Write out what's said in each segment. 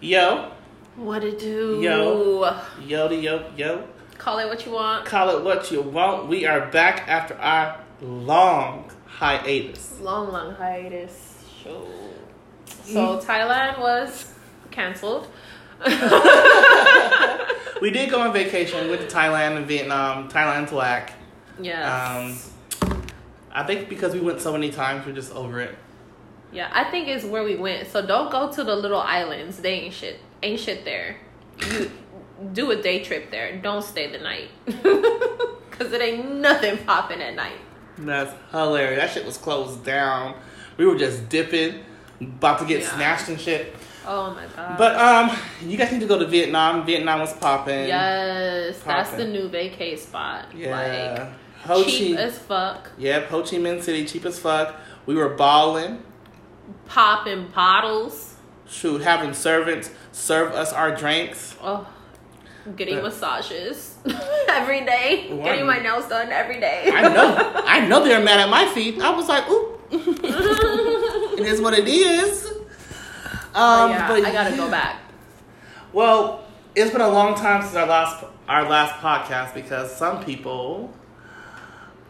Yo, What it do? Yo. yo, yo, yo. Call it what you want. Call it what you want. We are back after our long hiatus. Long, long hiatus. Show. So Mm-hmm. Thailand was canceled. We did go on vacation with Thailand and Vietnam. Thailand's whack. Um, yes. I think because we went so many times, we're just over it. yeah, I think it's where we went. So don't go to the little islands. They ain't shit. Ain't shit there. You do a day trip there. Don't stay the night. Cause it ain't nothing popping at night. That's hilarious. That shit was closed down. We were just dipping, about to get Yeah. snatched and shit. Oh my god. But um, you guys need to go to Vietnam. Vietnam was popping. yes, that's the Poppin'. new vacay spot. Yeah. Ho Like cheap Chi. as fuck. Yep. Ho Chi Minh City, cheap as fuck. We were balling. Popping bottles. Shoot, having servants serve us our drinks. Oh, getting But- massages every day. Why? Getting my nails done every day. I know. I know they're mad at my feet. I was like, oop. it is what it is. Um, Oh, yeah, but I gotta go back. Well, it's been a long time since our last our last podcast because some people,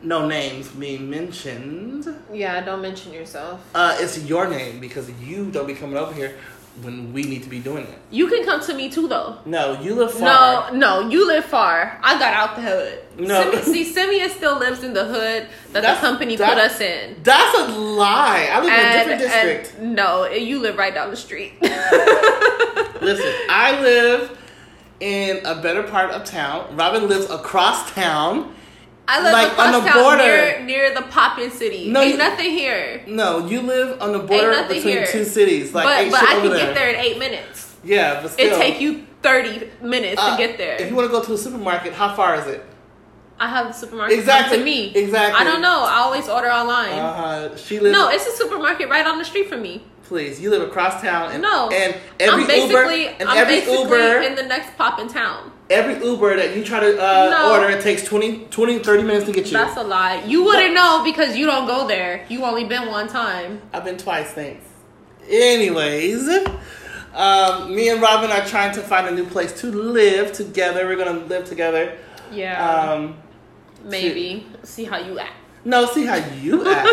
no names being mentioned, Yeah, don't mention yourself. uh, it's your name because you don't be coming over here when we need to be doing it. You can come to me too, though. No, you live far. No, no, you live far. I got out the hood. No. Simi- see, Simeon still lives in the hood that That's- the company that- put us in. That's a lie. I live in a different district. and no, you live right down the street. Listen, I live in a better part of town. Robin lives across town. I live Like, on across the town border. near near the poppin' city. No, Ain't you- nothing here. No, you live on the border nothing between here. two cities. Like, but ain't but shit I can over get there in eight minutes. Yeah, but It still. take you thirty minutes Uh, to get there. If you want to go to the supermarket, how far is it? I have the supermarket Exactly, come to me. exactly. I don't know. I always order online. Uh, she lives. no, it's a supermarket right on the street from me. please. You live across town, and No, and every I'm basically, Uber, and I'm every basically Uber, in the next pop in town. every Uber that you try to uh, No. order, it takes 20, 20, 30 minutes to get you. That's a lie. You wouldn't know because you don't go there. You only been one time. I've been twice, thanks. Anyways, um, me and Robin are trying to find a new place to live together. We're gonna live together. Yeah, Um, maybe see how you act. no, see how you act.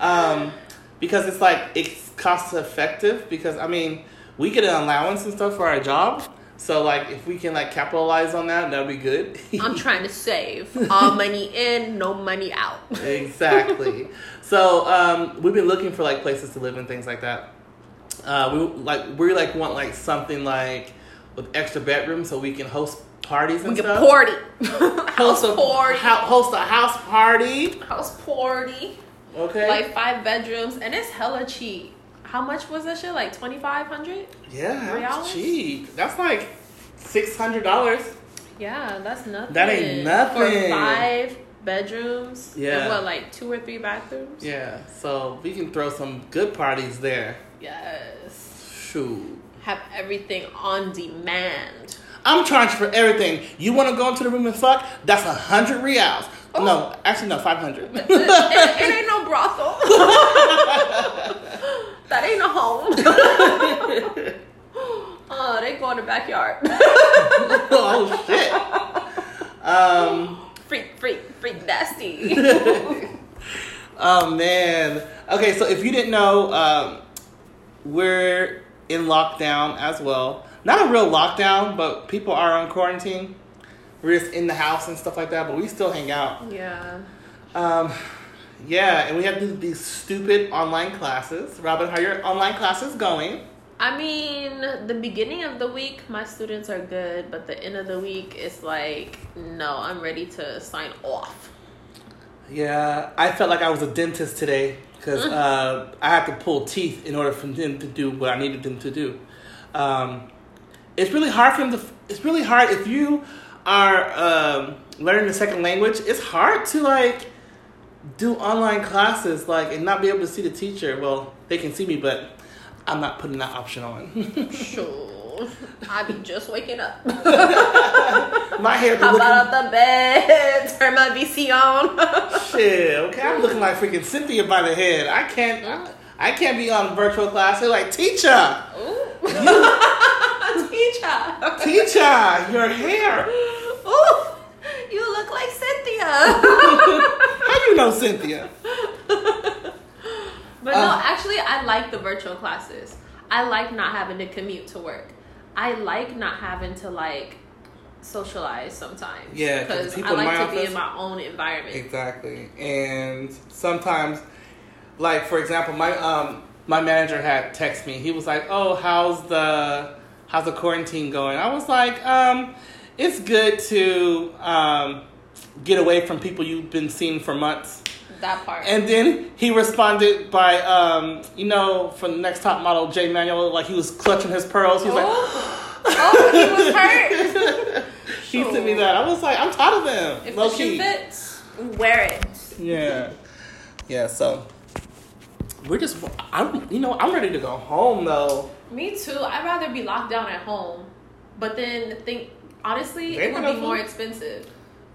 um, because it's like it's cost effective. Because I mean, we get an allowance and stuff for our job. So like, if we can like capitalize on that, that'd be good. I'm trying to save all money in, no money out. exactly. So um, we've been looking for like places to live and things like that. Uh, we like we like want like something like with extra bedrooms so we can host parties and We can stuff. party. host House a party. hou- host a house party. House party. Okay. like five bedrooms and it's hella cheap how much was that shit like 2500 yeah, that's Reals? cheap. That's like six hundred dollars. yeah that's nothing That ain't for nothing. five bedrooms Yeah. and what like two or three bathrooms Yeah, so we can throw some good parties there. yes Shoot. have everything on demand I'm charged for everything. You want to go into the room and fuck? That's a hundred reals. Oh. No, actually no, five hundred. it, it ain't no brothel that ain't a home oh they go in the backyard oh shit. Um, freak freak freak nasty oh man. Okay, so if you didn't know, um, we're in lockdown as well. Not a real lockdown, but people are on quarantine. We're just in the house and stuff like that, but we still hang out. yeah Um, yeah, and we have to do these stupid online classes. Robin, how are your online classes going? I mean, the beginning of the week, my students are good, but the end of the week, it's like, no, I'm ready to sign off. Yeah, I felt like I was a dentist today because uh, I had to pull teeth in order for them to do what I needed them to do. Um, it's really hard for them to. It's really hard if you are um, learning a second language. It's hard to like do online classes like and not be able to see the teacher. Well, they can see me, but I'm not putting that option on. Sure. I be just waking up. My hair be Hop out looking of the bed, turn my VC on. shit. Okay, I'm looking like freaking Cynthia by the head. I can't. I, I can't be on virtual class. They're like teacher. Ooh. Teacher. Teacher, your hair. Ooh, you look like Cynthia. How you know Cynthia? But Uh, no, actually, I like the virtual classes. I like not having to commute to work. I like not having to like socialize sometimes. Yeah, 'cause because people I in like my to be office- in my own environment. Exactly. And sometimes, like for example, my um my manager had text me. He was like, "Oh, how's the how's the quarantine going?" I was like, "Um, it's good to um get away from people you've been seeing for months." That part. And then he responded by, um, you know, from the next top model, Jay Manuel, like he was clutching his pearls. He was like, oh, oh, he was hurt. he sent me that. I was like, I'm tired of them. If Low the shoe key. fits, wear it. Yeah. Yeah, so we're just I'm you know, I'm ready to go home though. Me too. I'd rather be locked down at home, but then think honestly, They it would got be no more food. expensive,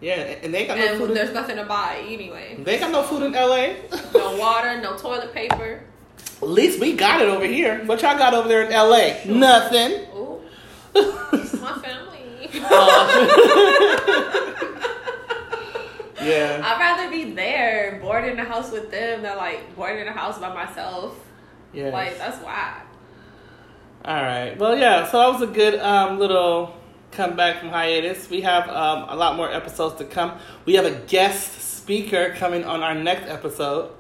Yeah, and and they got no and food there's in, nothing to buy anyway. they got no food in LA. No water, no toilet paper. At least we got it over here. What y'all got over there in LA? Nothing. Ooh. my family. yeah. I'd rather be there, bored in the house with them, than like bored in the house by myself. Yeah. Like that's why. All right. Well, yeah. So that was a good um, little comeback from hiatus. We have um, a lot more episodes to come. We have a guest speaker coming on our next episode.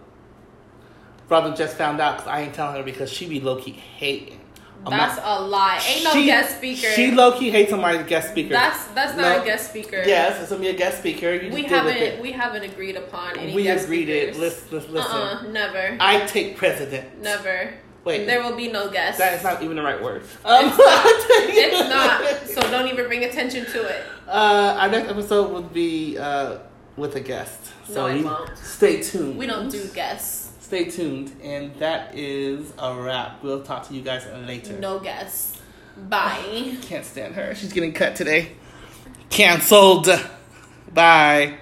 Robin just found out because I ain't telling her because she be low key hating. on my- That's a lie. Ain't no She- guest speaker. She low key hates on my guest speaker. that's that's not No. a guest speaker. yes, it's gonna be a guest speaker. You just We deal with haven't it. we haven't agreed upon any. We guest agreed speakers. it. Let's, let's listen. Uh-uh, never, I take president. never. Wait, There will be no guests. that is not even the right word. Um, it's not. So don't even bring attention to it. Uh, our next episode will be uh, with a guest. So No, it you- won't. stay tuned. We don't do guests. Stay tuned. And that is a wrap. We'll talk to you guys later. No guests. Bye. Can't stand her. She's getting cut today. Cancelled. Bye.